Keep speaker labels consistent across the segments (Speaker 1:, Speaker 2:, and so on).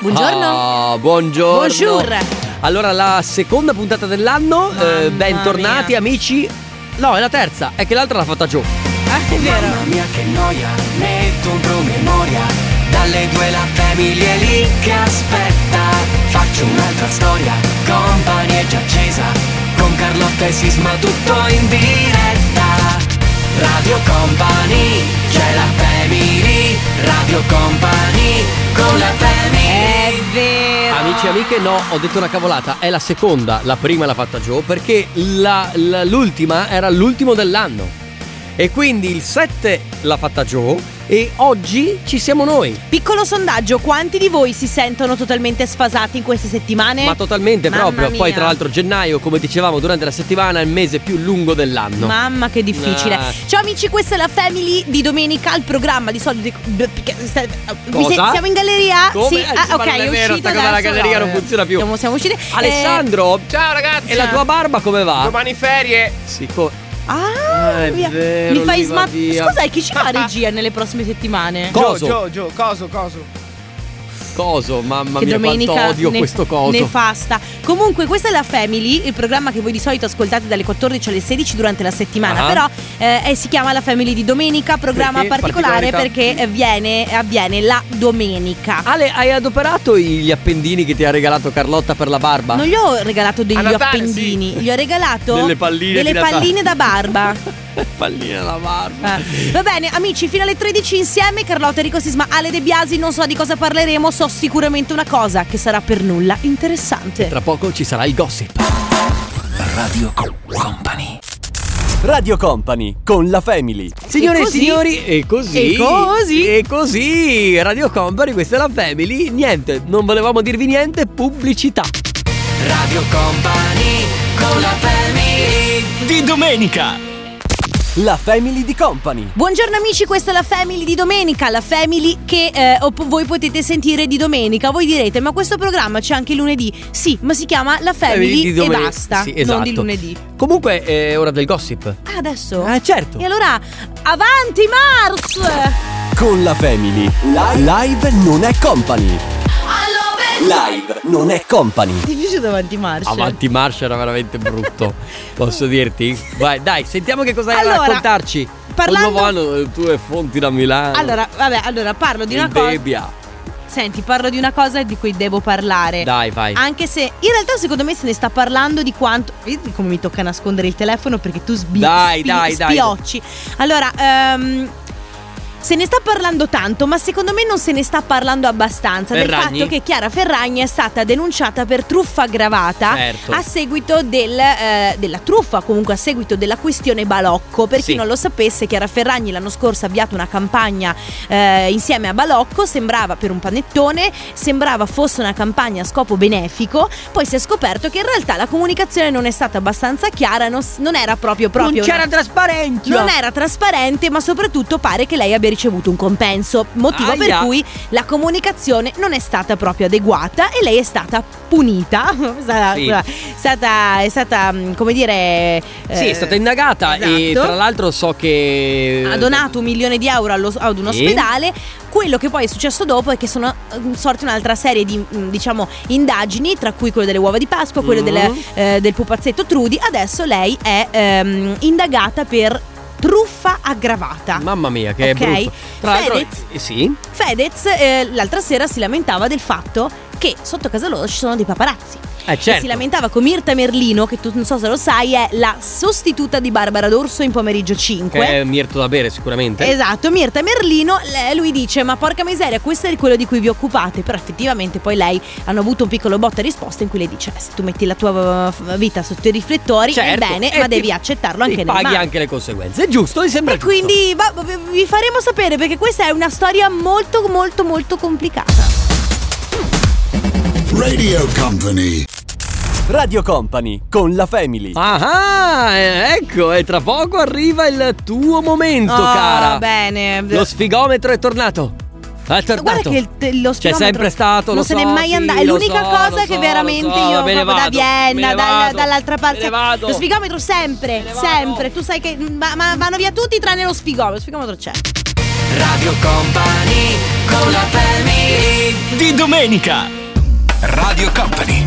Speaker 1: Buongiorno.
Speaker 2: Ah, buongiorno.
Speaker 1: Bonjour.
Speaker 2: Allora, la seconda puntata dell'anno, eh,
Speaker 1: Mamma
Speaker 2: bentornati
Speaker 1: mia.
Speaker 2: amici. No, è la terza, è che l'altra l'ha fatta giù.
Speaker 1: Ah, è vero.
Speaker 3: Ecco, Mamma mia che noia, metto un promemoria Dalle due la famiglia è lì che aspetta Faccio un'altra storia, company è già accesa Con Carlotta e Sisma tutto in diretta Radio Company, c'è la family Radio Company, con la family
Speaker 1: È vero.
Speaker 2: Amici e amiche, no, ho detto una cavolata. È la seconda, la prima l'ha fatta Joe, perché la- la- l'ultima era l'ultimo dell'anno. E quindi il 7 l'ha fatta Joe e oggi ci siamo noi.
Speaker 1: Piccolo sondaggio, quanti di voi si sentono totalmente sfasati in queste settimane?
Speaker 2: Ma totalmente
Speaker 1: Eh, Mamma
Speaker 2: proprio. Poi,
Speaker 1: mia.
Speaker 2: tra l'altro, gennaio, come dicevamo durante la settimana, è il mese più lungo dell'anno.
Speaker 1: Mamma che difficile.
Speaker 2: Ah.
Speaker 1: Ciao amici, questa è la Family di domenica, il programma di solito di- Mi se-
Speaker 2: Cosa?
Speaker 1: siamo in galleria?
Speaker 2: Come?
Speaker 1: Sì,
Speaker 2: Eh,
Speaker 1: ah,
Speaker 2: ma
Speaker 1: ok,
Speaker 2: non è
Speaker 1: è
Speaker 2: vero,
Speaker 1: uscito
Speaker 2: sta cosa della
Speaker 1: adesso,
Speaker 2: galleria
Speaker 1: no,
Speaker 2: non funziona più.
Speaker 1: Siamo, siamo usciti. Eh,
Speaker 2: Alessandro,
Speaker 4: Ciao ragazzi! Ah.
Speaker 2: e la tua barba come va?
Speaker 4: Domani ferie!
Speaker 2: Sicco-
Speaker 1: ah,
Speaker 2: Ah, è
Speaker 1: via.
Speaker 2: vero,
Speaker 1: mi fai
Speaker 2: lui va
Speaker 1: smat.
Speaker 2: via.
Speaker 1: Scusa, chi ci fa regia nelle prossime settimane?
Speaker 2: Coso.
Speaker 4: Gio, Gio, Gio, coso, coso.
Speaker 2: Coso, mamma
Speaker 1: che
Speaker 2: mia,
Speaker 1: domenica
Speaker 2: quanto odio
Speaker 1: ne-
Speaker 2: questo coso.
Speaker 1: nefasta. Comunque, questa è la Family, il programma che voi di solito ascoltate dalle 14 alle 16 durante la settimana.
Speaker 2: Ah.
Speaker 1: Però eh, eh, si chiama la Family di domenica, programma
Speaker 2: Perché?
Speaker 1: particolare
Speaker 2: Particolarità?
Speaker 1: perché eh, viene- avviene la domenica.
Speaker 2: Ale, hai adoperato i- gli appendini che ti ha regalato Carlotta per la barba?
Speaker 1: Non gli ho regalato degli
Speaker 4: A Natale,
Speaker 1: appendini, gli ho regalato
Speaker 2: Delle palline
Speaker 1: delle
Speaker 2: di Natale.
Speaker 1: palline da barba.
Speaker 2: Pallina la barba.
Speaker 1: Eh. Va bene, amici, fino alle 13 insieme Carlotta Enrico Sisma, Ale De Biasi, non so di cosa parleremo, so sicuramente una cosa che sarà per nulla interessante.
Speaker 2: Tra poco ci sarà il gossip.
Speaker 3: Radio Company
Speaker 5: Radio Company con la Family.
Speaker 2: Signore
Speaker 1: E
Speaker 2: e,
Speaker 1: così.
Speaker 2: signori, e così.
Speaker 1: E così.
Speaker 2: E così. Radio Company, questa è la Family. Niente, non volevamo dirvi niente, pubblicità.
Speaker 3: Radio Company, con la family
Speaker 5: Di domenica. La Family di Company.
Speaker 1: Buongiorno amici, questa è la Family di domenica, la Family che eh, op- voi potete sentire di domenica. Voi direte, ma questo programma c'è anche lunedì? Sì, ma si chiama la Family,
Speaker 2: Family di
Speaker 1: e
Speaker 2: domenica.
Speaker 1: basta,
Speaker 2: Sì, esatto.
Speaker 1: non di lunedì.
Speaker 2: Comunque è ora del gossip.
Speaker 1: Ah, adesso?
Speaker 2: Ah, certo.
Speaker 1: E allora, avanti Mars!
Speaker 5: Con la Family. Live, live non è company. Live non è company.
Speaker 1: Ti piace davanti Mars? cioè.
Speaker 2: Avanti marcia era veramente brutto. Posso dirti? Vai, dai, sentiamo che cosa hai da
Speaker 1: Allora,
Speaker 2: raccontarci.
Speaker 1: parlando-
Speaker 2: Al nuovo anno, tu e Fonti da Milano.
Speaker 1: Allora, vabbè, allora parlo di una
Speaker 2: il
Speaker 1: cosa.
Speaker 2: baby ha.
Speaker 1: Senti, parlo di una cosa di cui devo parlare.
Speaker 2: Dai, vai.
Speaker 1: Anche se in realtà secondo me se ne sta parlando di quanto. Vedi come mi tocca nascondere il telefono perché tu sbi-
Speaker 2: Dai,
Speaker 1: spi-
Speaker 2: dai, dai.
Speaker 1: spiocci. Allora, ehm, se ne sta parlando tanto, ma secondo me non se ne sta parlando abbastanza del
Speaker 2: Ferragni?
Speaker 1: fatto che Chiara Ferragni è stata denunciata per truffa aggravata
Speaker 2: Certo.
Speaker 1: a seguito del, eh, della truffa, comunque a seguito della questione Balocco. Per
Speaker 2: Sì.
Speaker 1: chi non lo sapesse, Chiara Ferragni l'anno scorso ha avviato una campagna eh, insieme a Balocco, sembrava per un panettone, sembrava fosse una campagna a scopo benefico, poi si è scoperto che in realtà la comunicazione non è stata abbastanza chiara, non, s- non era proprio proprio... una-
Speaker 2: trasparenza.
Speaker 1: non era trasparente, ma soprattutto pare che lei abbia ricevuto un compenso, motivo per
Speaker 2: Aia.
Speaker 1: cui la comunicazione non è stata proprio adeguata e lei è stata punita. È stata,
Speaker 2: Sì.
Speaker 1: è stata- è stata, mm, come dire.
Speaker 2: Sì,
Speaker 1: eh,
Speaker 2: è stata indagata e
Speaker 1: esatto.
Speaker 2: tra l'altro so che
Speaker 1: ha donato un milione di euro allo- ad un
Speaker 2: Sì.
Speaker 1: ospedale. Quello che poi è successo dopo è che sono eh, sorte un'altra serie di mm, diciamo indagini, tra cui quelle delle uova di Pasqua, quelle
Speaker 2: Mm.
Speaker 1: delle, eh, del pupazzetto Trudy. Adesso lei è ehm, indagata per truffa aggravata.
Speaker 2: Mamma mia, che
Speaker 1: Ok.
Speaker 2: brutto. Tra l'altro
Speaker 1: Fedez.
Speaker 2: eh, sì.
Speaker 1: Fedez eh, l'altra sera si lamentava del fatto che sotto casa loro ci sono dei paparazzi.
Speaker 2: Eh
Speaker 1: E si
Speaker 2: certo.
Speaker 1: lamentava con Mirta Merlino, che tu non so se lo sai, è la sostituta di Barbara D'Orso in pomeriggio 5.
Speaker 2: Che è mirto da bere sicuramente.
Speaker 1: Esatto, Mirta Merlino, le- lui dice ma porca miseria, questo è quello di cui vi occupate, però effettivamente poi lei hanno avuto un piccolo botta e risposta in cui le dice "Eh, se tu metti la tua eh, vita sotto i riflettori
Speaker 2: Certo.
Speaker 1: è bene,
Speaker 2: E
Speaker 1: ma
Speaker 2: ti-
Speaker 1: devi accettarlo
Speaker 2: ti
Speaker 1: anche nel
Speaker 2: paghi
Speaker 1: male".
Speaker 2: anche le conseguenze. È giusto, mi sembra
Speaker 1: E
Speaker 2: giusto.
Speaker 1: quindi va- vi faremo sapere perché questa è una storia molto molto molto complicata.
Speaker 6: Radio Company.
Speaker 5: Radio Company con la Family.
Speaker 2: Ah, ah, eh, ecco, e tra poco arriva il tuo momento,
Speaker 1: Oh,
Speaker 2: cara.
Speaker 1: bene.
Speaker 2: Lo sfigometro è tornato. È tornato.
Speaker 1: Guarda che il te- lo spirometro
Speaker 2: C'è Cioè, sempre stato,
Speaker 1: non
Speaker 2: lo
Speaker 1: se n'è
Speaker 2: so,
Speaker 1: mai
Speaker 2: sì,
Speaker 1: andato. È
Speaker 2: lo
Speaker 1: l'unica
Speaker 2: so,
Speaker 1: cosa
Speaker 2: lo
Speaker 1: che
Speaker 2: so,
Speaker 1: veramente
Speaker 2: lo so,
Speaker 1: io
Speaker 2: me ne
Speaker 1: proprio da
Speaker 2: vado,
Speaker 1: Vienna,
Speaker 2: me ne
Speaker 1: dal-
Speaker 2: vado,
Speaker 1: dall'altra parte.
Speaker 2: me ne vado.
Speaker 1: Lo sfigometro sempre,
Speaker 2: Me ne vado.
Speaker 1: sempre. Tu sai che ma, ma vanno via tutti tranne lo sfigometro. Lo sfigometro c'è.
Speaker 3: Radio Company, con la family
Speaker 6: Di domenica.
Speaker 5: Radio Company.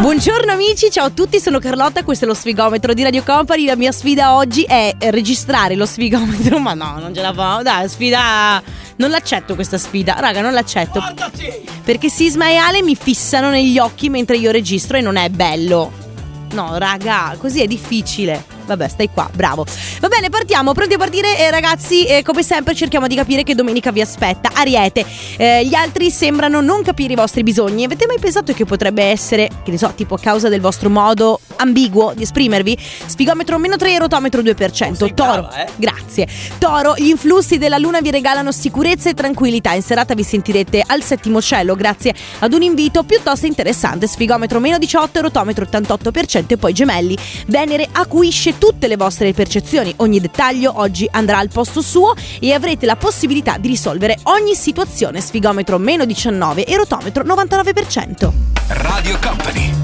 Speaker 1: Buongiorno amici, ciao a tutti, sono Carlotta, questo è lo sfigometro di Radio Company. La mia sfida oggi è eh, registrare lo sfigometro, ma no, non ce la fa. Dai, sfida. Non l'accetto questa sfida, raga, non l'accetto. Perché Sisma e Ale mi fissano negli occhi mentre io registro e non è bello. No, raga, così è difficile. Vabbè, stai qua, bravo. Va bene, partiamo. Pronti a partire, eh, ragazzi? eh, come sempre, cerchiamo di capire che domenica vi aspetta. Ariete, eh, gli altri sembrano non capire i vostri bisogni. Avete mai pensato che potrebbe essere, che ne so, tipo a causa del vostro modo ambiguo di esprimervi? Sfigometro meno 3, rotometro 2%. Toro, eh?
Speaker 2: eh.
Speaker 1: grazie. Toro, gli influssi della luna vi regalano sicurezza e tranquillità. In serata vi sentirete al settimo cielo, grazie ad un invito piuttosto interessante. Sfigometro meno 18, rotometro 88%. E poi gemelli. Venere acuisce tutte le vostre percezioni, ogni dettaglio oggi andrà al posto suo e avrete la possibilità di risolvere ogni situazione sfigometro meno 19 e rotometro 99%.
Speaker 5: Radio Company.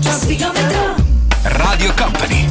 Speaker 5: Radio Company.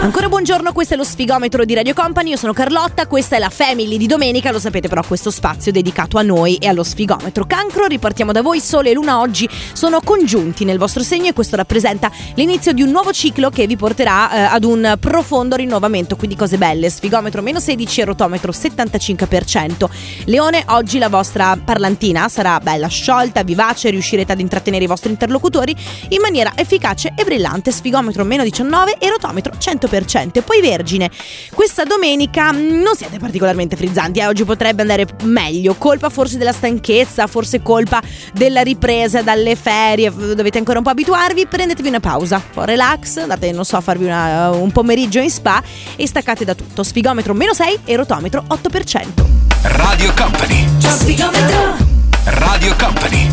Speaker 1: Ancora buongiorno, questo è lo sfigometro di Radio Company, io sono Carlotta, questa è la Family di domenica, lo sapete però questo spazio è dedicato a noi e allo sfigometro. Cancro, ripartiamo da voi, Sole e Luna oggi sono congiunti nel vostro segno e questo rappresenta l'inizio di un nuovo ciclo che vi porterà eh, ad un profondo rinnovamento, quindi cose belle, sfigometro meno 16 e rotometro 75%. Leone, oggi la vostra parlantina sarà bella sciolta, vivace, riuscirete ad intrattenere i vostri interlocutori in maniera efficace e brillante, sfigometro meno 19 e rotometro 100%. Poi Vergine, questa domenica mh, non siete particolarmente frizzanti, eh, oggi potrebbe andare meglio, colpa forse della stanchezza, forse colpa della ripresa dalle ferie, f- dovete ancora un po' abituarvi, prendetevi una pausa, un po' relax, andate, non so, a farvi una- un pomeriggio in spa e staccate da tutto, sfigometro meno 6 e rotometro 8%.
Speaker 5: Radio Company. Radio Company.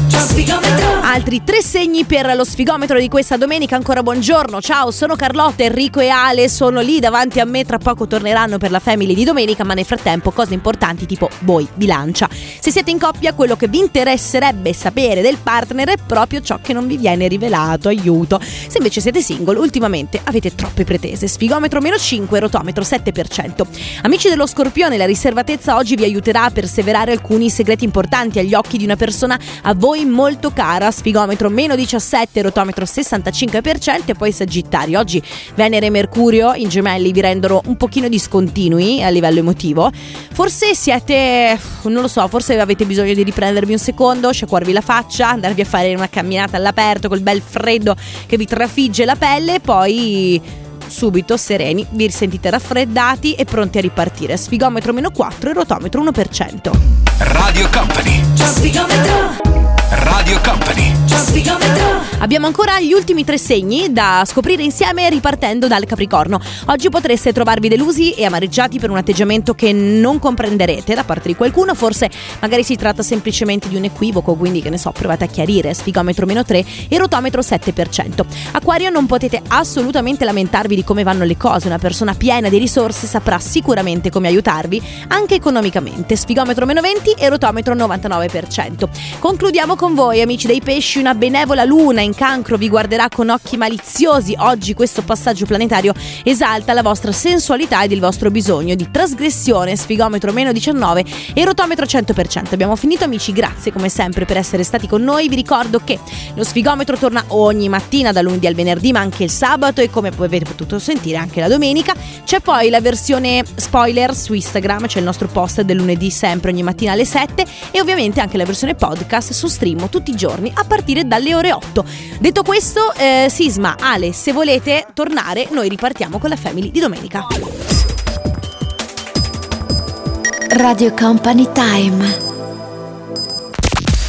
Speaker 1: Altri tre segni per lo sfigometro di questa domenica. Ancora buongiorno, ciao, sono Carlotta, Enrico e Ale. Sono lì davanti a me. Tra poco torneranno per la family di domenica. Ma nel frattempo, cose importanti tipo voi, bilancia. Se siete in coppia, quello che vi interesserebbe sapere del partner è proprio ciò che non vi viene rivelato. Aiuto. Se invece siete single, ultimamente avete troppe pretese. Sfigometro meno 5, rotometro 7%. Amici dello scorpione, la riservatezza oggi vi aiuterà a perseverare alcuni segreti importanti agli occhi di una persona a voi molto cara. Sfigometro meno 17, rotometro 65% e poi Sagittario. Oggi Venere e Mercurio in gemelli vi rendono un pochino discontinui a livello emotivo. Forse siete, non lo so, forse avete bisogno di riprendervi un secondo, sciacquarvi la faccia, andarvi a fare una camminata all'aperto col bel freddo che vi trafigge la pelle e poi subito sereni, vi risentite raffreddati e pronti a ripartire. Sfigometro meno 4 e rotometro 1%.
Speaker 5: Radio Company. Radio Company.
Speaker 1: Abbiamo ancora gli ultimi tre segni da scoprire insieme ripartendo dal Capricorno. Oggi potreste trovarvi delusi e amareggiati per un atteggiamento che non comprenderete da parte di qualcuno, forse magari si tratta semplicemente di un equivoco, quindi che ne so, provate a chiarire, sfigometro meno 3 e rotometro 7%. Acquario non potete assolutamente lamentarvi di come vanno le cose, una persona piena di risorse saprà sicuramente come aiutarvi anche economicamente, sfigometro meno 20 e rotometro 99%. Concludiamo con voi, amici dei pesci, una benevola luna in cancro vi guarderà con occhi maliziosi. Oggi questo passaggio planetario esalta la vostra sensualità ed il vostro bisogno di trasgressione, sfigometro meno 19 e rotometro 100%. Abbiamo finito amici, grazie come sempre per essere stati con noi. Vi ricordo che lo sfigometro torna ogni mattina da lunedì al venerdì, ma anche il sabato e come avete potuto sentire anche la domenica. C'è poi la versione spoiler su Instagram, c'è il nostro post del lunedì sempre ogni mattina alle 7 e ovviamente anche la versione podcast su stream tutti i giorni a partire dalle ore 8. Detto questo, eh, Sisma, Ale, se volete tornare, noi ripartiamo con la Family di domenica.
Speaker 7: Radio Company Time.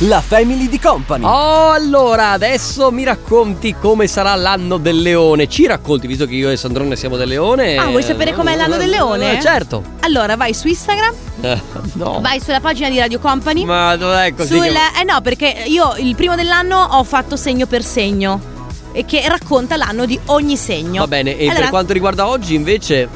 Speaker 5: La family di Company.
Speaker 2: Oh, allora, adesso mi racconti come sarà l'anno del leone. Ci racconti, visto che io e Sandrone siamo del leone.
Speaker 1: Ah, vuoi sapere com'è l'anno del leone?
Speaker 2: Eh, Certo.
Speaker 1: Allora, vai su Instagram,
Speaker 2: Eh, no.
Speaker 1: vai sulla pagina di Radio Company.
Speaker 2: Ma dov'è così?
Speaker 1: Sul-
Speaker 2: che-
Speaker 1: Eh no, perché io il primo dell'anno ho fatto segno per segno. E che racconta l'anno di ogni segno.
Speaker 2: Va bene, e
Speaker 1: Allora- Eh.
Speaker 2: per quanto riguarda oggi invece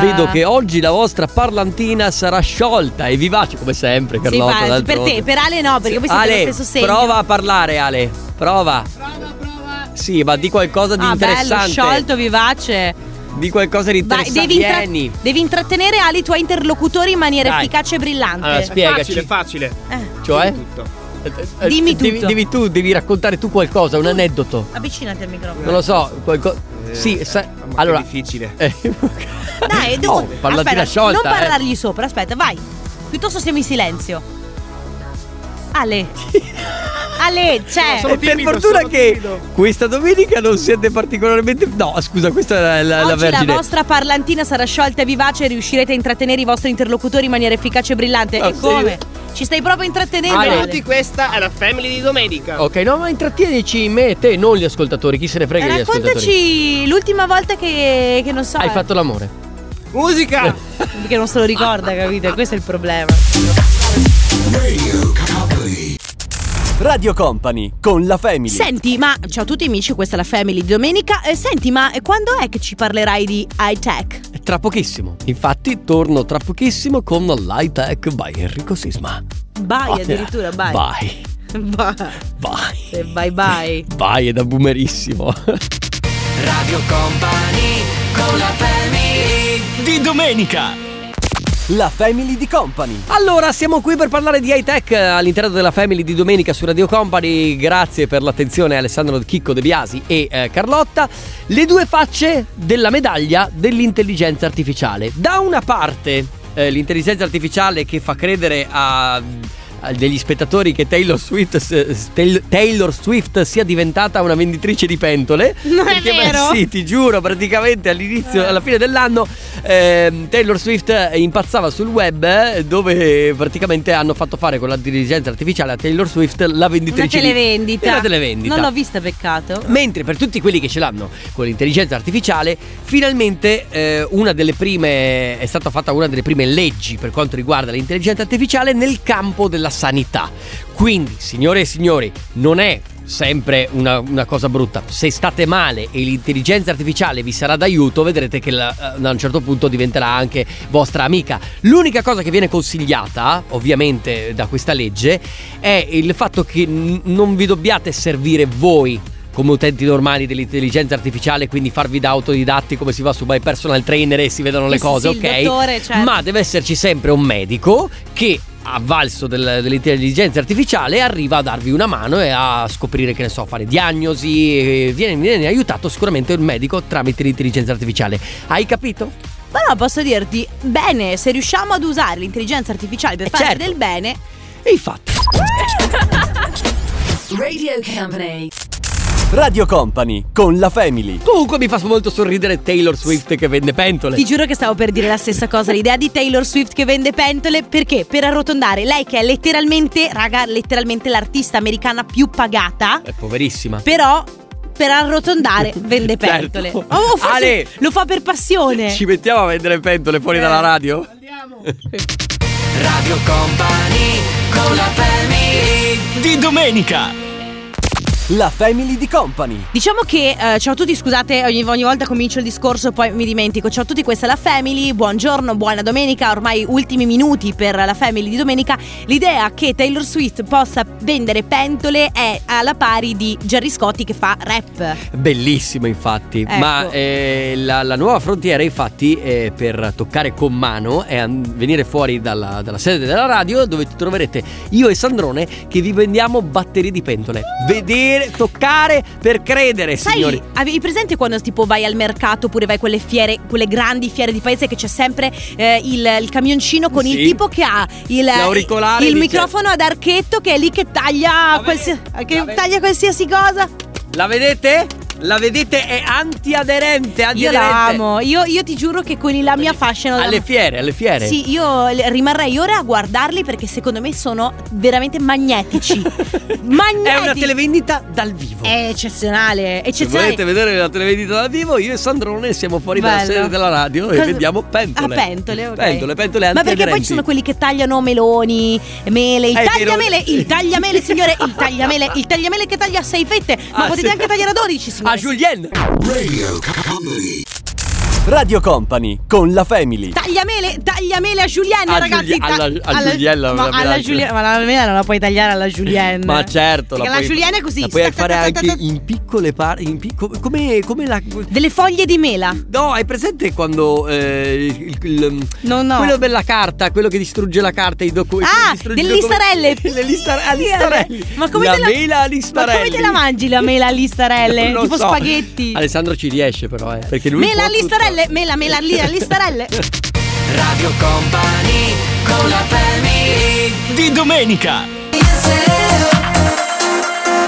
Speaker 2: vedo che oggi la vostra parlantina sarà sciolta e vivace come sempre,
Speaker 1: Sì,
Speaker 2: Carlotta.
Speaker 1: fa- per
Speaker 2: d'altronde.
Speaker 1: te, per Ale no, perché voi siete
Speaker 2: Ale,
Speaker 1: dello stesso segno.
Speaker 2: prova a parlare Ale, prova. Prova, prova. Sì, ma di qualcosa di
Speaker 1: ah, bello,
Speaker 2: interessante.
Speaker 1: sciolto, vivace.
Speaker 2: di qualcosa di
Speaker 1: Vai,
Speaker 2: interessante.
Speaker 1: devi, intra-
Speaker 2: Vieni.
Speaker 1: devi intrattenere Ali i tuoi interlocutori in maniera
Speaker 2: Dai.
Speaker 1: efficace e brillante.
Speaker 2: Allora,
Speaker 4: È
Speaker 2: Spiegaci.
Speaker 4: facile, è facile.
Speaker 1: Eh,
Speaker 2: Cioè?
Speaker 4: Tutto.
Speaker 2: Eh,
Speaker 1: Dimmi
Speaker 2: devi-
Speaker 1: tutto.
Speaker 2: Devi, tu, devi raccontare tu qualcosa, un aneddoto.
Speaker 1: avvicinati al microfono.
Speaker 2: Non lo so, qualcosa.
Speaker 4: Eh,
Speaker 2: sì, sa-
Speaker 4: ma che
Speaker 2: allora.
Speaker 4: difficile.
Speaker 2: Eh,
Speaker 1: Dai, devo...
Speaker 2: oh, pallatina
Speaker 1: aspetta,
Speaker 2: sciolta.
Speaker 1: Non
Speaker 2: eh.
Speaker 1: parlargli sopra, aspetta, vai. Piuttosto stiamo in silenzio. Ale. Ale, cioè, c'è.
Speaker 4: Sono
Speaker 2: Eh, E per
Speaker 4: timido,
Speaker 2: fortuna
Speaker 4: sono
Speaker 2: che
Speaker 4: timido.
Speaker 2: questa domenica non siete particolarmente. No, scusa, questa è la, la,
Speaker 1: Oggi la
Speaker 2: Vergine.
Speaker 1: vostra parlantina sarà sciolta e vivace e riuscirete a intrattenere i vostri interlocutori in maniera efficace e brillante.
Speaker 2: Ah,
Speaker 1: e
Speaker 2: sì?
Speaker 1: come? Ci stai proprio intrattenendo,
Speaker 2: Ale.
Speaker 1: Ale.
Speaker 4: Benvenuti, questa è la family di domenica.
Speaker 2: Ok, no, ma intrattenici me e te, non gli ascoltatori. Chi se ne frega
Speaker 1: Eh,
Speaker 2: degli ascoltatori?
Speaker 1: Raccontaci l'ultima volta che, che non so.
Speaker 2: Hai
Speaker 1: eh,
Speaker 2: fatto l'amore.
Speaker 4: Musica!
Speaker 1: Che non se lo ricorda, capito? Questo è il problema.
Speaker 5: Radio Company con la Family.
Speaker 1: Senti, ma ciao a tutti amici, questa è la Family di domenica. Eh, senti, ma eh, quando è che ci parlerai di high tech?
Speaker 2: Tra pochissimo. Infatti, torno tra pochissimo con Light Tech by Enrico Sisma.
Speaker 1: Bye addirittura, bye.
Speaker 2: Vai.
Speaker 1: Bye.
Speaker 2: Vai.
Speaker 1: Eh, Bye bye.
Speaker 2: Vai, è da boomerissimo.
Speaker 3: Radio Company con la family
Speaker 5: Di domenica. La Family di Company.
Speaker 2: Allora, siamo qui per parlare di high tech eh, all'interno della family di domenica su Radio Company. Grazie per l'attenzione a Alessandro Chicco De Biasi e eh, Carlotta. Le due facce della medaglia dell'intelligenza artificiale. Da una parte, eh, l'intelligenza artificiale che fa credere a, a degli spettatori che Taylor Swift, s- Taylor- Taylor Swift sia diventata una venditrice di pentole.
Speaker 1: Non è
Speaker 2: Perché, beh,
Speaker 1: vero?
Speaker 2: sì, ti giuro, praticamente all'inizio, alla fine dell'anno, ehm, Taylor Swift impazzava sul web eh, dove praticamente hanno fatto fare con la dirigenza artificiale a Taylor Swift la
Speaker 1: Una
Speaker 2: venditrice. di-
Speaker 1: televendita.
Speaker 2: Una televendita.
Speaker 1: Non l'ho vista, peccato.
Speaker 2: Mentre per tutti quelli che ce l'hanno con l'intelligenza artificiale, finalmente eh, una delle prime è stata fatta una delle prime leggi per quanto riguarda l'intelligenza artificiale nel campo della sanità. Quindi, signore e signori, non è sempre una, una cosa brutta. Se state male e l'intelligenza artificiale vi sarà d'aiuto, vedrete che la- a un certo punto diventerà anche vostra amica. L'unica cosa che viene consigliata, ovviamente, da questa legge è il fatto che n- non vi dobbiate servire voi come utenti normali dell'intelligenza artificiale, quindi farvi da autodidatti come si va su My Personal Trainer e si vedono le
Speaker 1: Sì,
Speaker 2: cose,
Speaker 1: sì,
Speaker 2: ok?
Speaker 1: sì, il dottore, certo.
Speaker 2: Ma deve esserci sempre un medico che a valso del- dell'intelligenza artificiale arriva a darvi una mano e a scoprire che ne so, fare diagnosi, e viene, viene aiutato sicuramente il medico tramite l'intelligenza artificiale. Hai capito?
Speaker 1: Però posso dirti, bene, se riusciamo ad usare l'intelligenza artificiale per
Speaker 2: Eh,
Speaker 1: fare
Speaker 2: certo.
Speaker 1: del bene,
Speaker 2: E infatti.
Speaker 7: Radio Company.
Speaker 5: Radio Company con la Family.
Speaker 2: Comunque mi fa molto sorridere Taylor Swift che vende pentole.
Speaker 1: ti giuro che stavo per dire la stessa cosa. L'idea di Taylor Swift che vende pentole perché per arrotondare, lei che è letteralmente, raga, letteralmente l'artista americana più pagata,
Speaker 2: È poverissima.
Speaker 1: però per arrotondare vende
Speaker 2: Certo.
Speaker 1: pentole. Oh, forse
Speaker 2: Ale!
Speaker 1: lo fa per passione.
Speaker 3: Eh.
Speaker 2: Ci mettiamo a vendere pentole fuori
Speaker 1: Eh.
Speaker 2: dalla radio?
Speaker 3: Radio Company con la family
Speaker 5: Di domenica. La Family di Company.
Speaker 1: Diciamo che, eh, ciao a tutti, scusate, ogni, ogni volta comincio il discorso e poi mi dimentico. Ciao a tutti, questa è la Family, buongiorno, buona domenica, ormai ultimi minuti per la Family di domenica. L'idea che Taylor Swift possa vendere pentole è alla pari di Jerry Scotti che fa rap.
Speaker 2: Bellissimo infatti,
Speaker 1: Ecco.
Speaker 2: ma eh, la, la nuova frontiera infatti eh, per toccare con mano e an- venire fuori dalla, dalla sede della radio dove ti troverete io e Sandrone che vi vendiamo batterie di pentole. Vedere, toccare per credere
Speaker 1: Sai,
Speaker 2: signori.
Speaker 1: avevi presente quando tipo vai al mercato oppure vai a quelle fiere, quelle grandi fiere di paese che c'è sempre eh, il, il camioncino con il
Speaker 2: Sì.
Speaker 1: tipo che ha il, eh,
Speaker 2: L'auricolare
Speaker 1: il
Speaker 2: dice-
Speaker 1: microfono ad archetto che è lì che taglia,
Speaker 2: ve-
Speaker 1: qualsiasi,
Speaker 2: la
Speaker 1: che
Speaker 2: ve-
Speaker 1: taglia qualsiasi cosa.
Speaker 2: La vedete? La vedete? È antiaderente,
Speaker 1: Io
Speaker 2: antiaderente.
Speaker 1: la amo, io, io ti giuro che quelli là mi affascinano. da-
Speaker 2: Alle fiere, alle fiere.
Speaker 1: Sì, io le- rimarrei ore a guardarli perché secondo me sono veramente magnetici. magnetici.
Speaker 2: È una televendita dal vivo.
Speaker 1: È eccezionale,
Speaker 2: Se
Speaker 1: eccezionale.
Speaker 2: volete vedere la televendita dal vivo, io e Sandrone siamo fuori dalla
Speaker 1: Bello.
Speaker 2: sede della radio e
Speaker 1: Cosa-
Speaker 2: vendiamo pentole.
Speaker 1: Ah, pentole, ok.
Speaker 2: Pentole, pentole
Speaker 1: Ma perché poi ci sono quelli che tagliano meloni, mele, il
Speaker 2: Eh,
Speaker 1: tagliamele,
Speaker 2: vero.
Speaker 1: il tagliamele, signore, il tagliamele, il tagliamele che taglia a sei fette, ma
Speaker 2: Ah,
Speaker 1: potete
Speaker 2: sì.
Speaker 1: anche tagliare a 12, signore.
Speaker 2: A Julien!
Speaker 5: Radio Company con la Family.
Speaker 1: Tagliamele, tagliamgliamele a Julienne,
Speaker 2: A
Speaker 1: ragazzi.
Speaker 2: Giulia- alla- a Giuliella,
Speaker 1: ma,
Speaker 2: vabbè,
Speaker 1: alla
Speaker 2: dai.
Speaker 1: Giulia- ma la mela non la puoi tagliare alla Julienne.
Speaker 2: Ma certo,
Speaker 1: Perché la,
Speaker 2: puoi-
Speaker 1: Julienne è così.
Speaker 2: La puoi
Speaker 1: sta-
Speaker 2: fare
Speaker 1: sta- sta-
Speaker 2: anche
Speaker 1: sta-
Speaker 2: in piccole parti, come, come la...
Speaker 1: Delle foglie di mela.
Speaker 2: No, hai presente quando eh, il, il-
Speaker 1: No, no.
Speaker 2: quello della carta, quello che distrugge la carta, i documenti.
Speaker 1: Ah, delle listarelle.
Speaker 2: le lista- ah, listarelle.
Speaker 1: Ma come
Speaker 2: la
Speaker 1: te la-
Speaker 2: mela a listarelle.
Speaker 1: Ma come te la mangi la mela a listarelle?
Speaker 2: Non lo
Speaker 1: tipo
Speaker 2: so.
Speaker 1: spaghetti.
Speaker 2: Alessandro ci riesce però, eh, perché lui
Speaker 1: Mela
Speaker 2: può
Speaker 1: a
Speaker 2: tutto.
Speaker 1: listarelle, mela, mela lì a listarelle.
Speaker 3: Radio Company con la family
Speaker 5: Di domenica.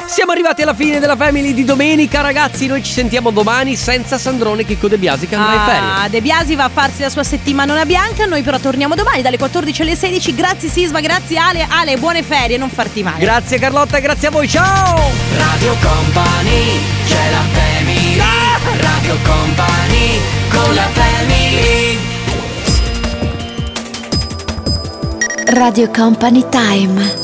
Speaker 2: Siamo arrivati alla fine della Family di domenica, ragazzi. Noi ci sentiamo domani senza Sandrone Chicco De Biasi che andrà in ferie.
Speaker 1: Ah, De Biasi va a farsi la sua settimanona bianca. Noi però torniamo domani dalle 14 alle 16. Grazie Sisma, grazie Ale. Ale, buone ferie, non farti male.
Speaker 2: Grazie Carlotta, grazie a voi. Ciao!
Speaker 3: Radio Company c'è la family
Speaker 2: Ah!
Speaker 3: Radio Company con la family
Speaker 7: Radio Company Time.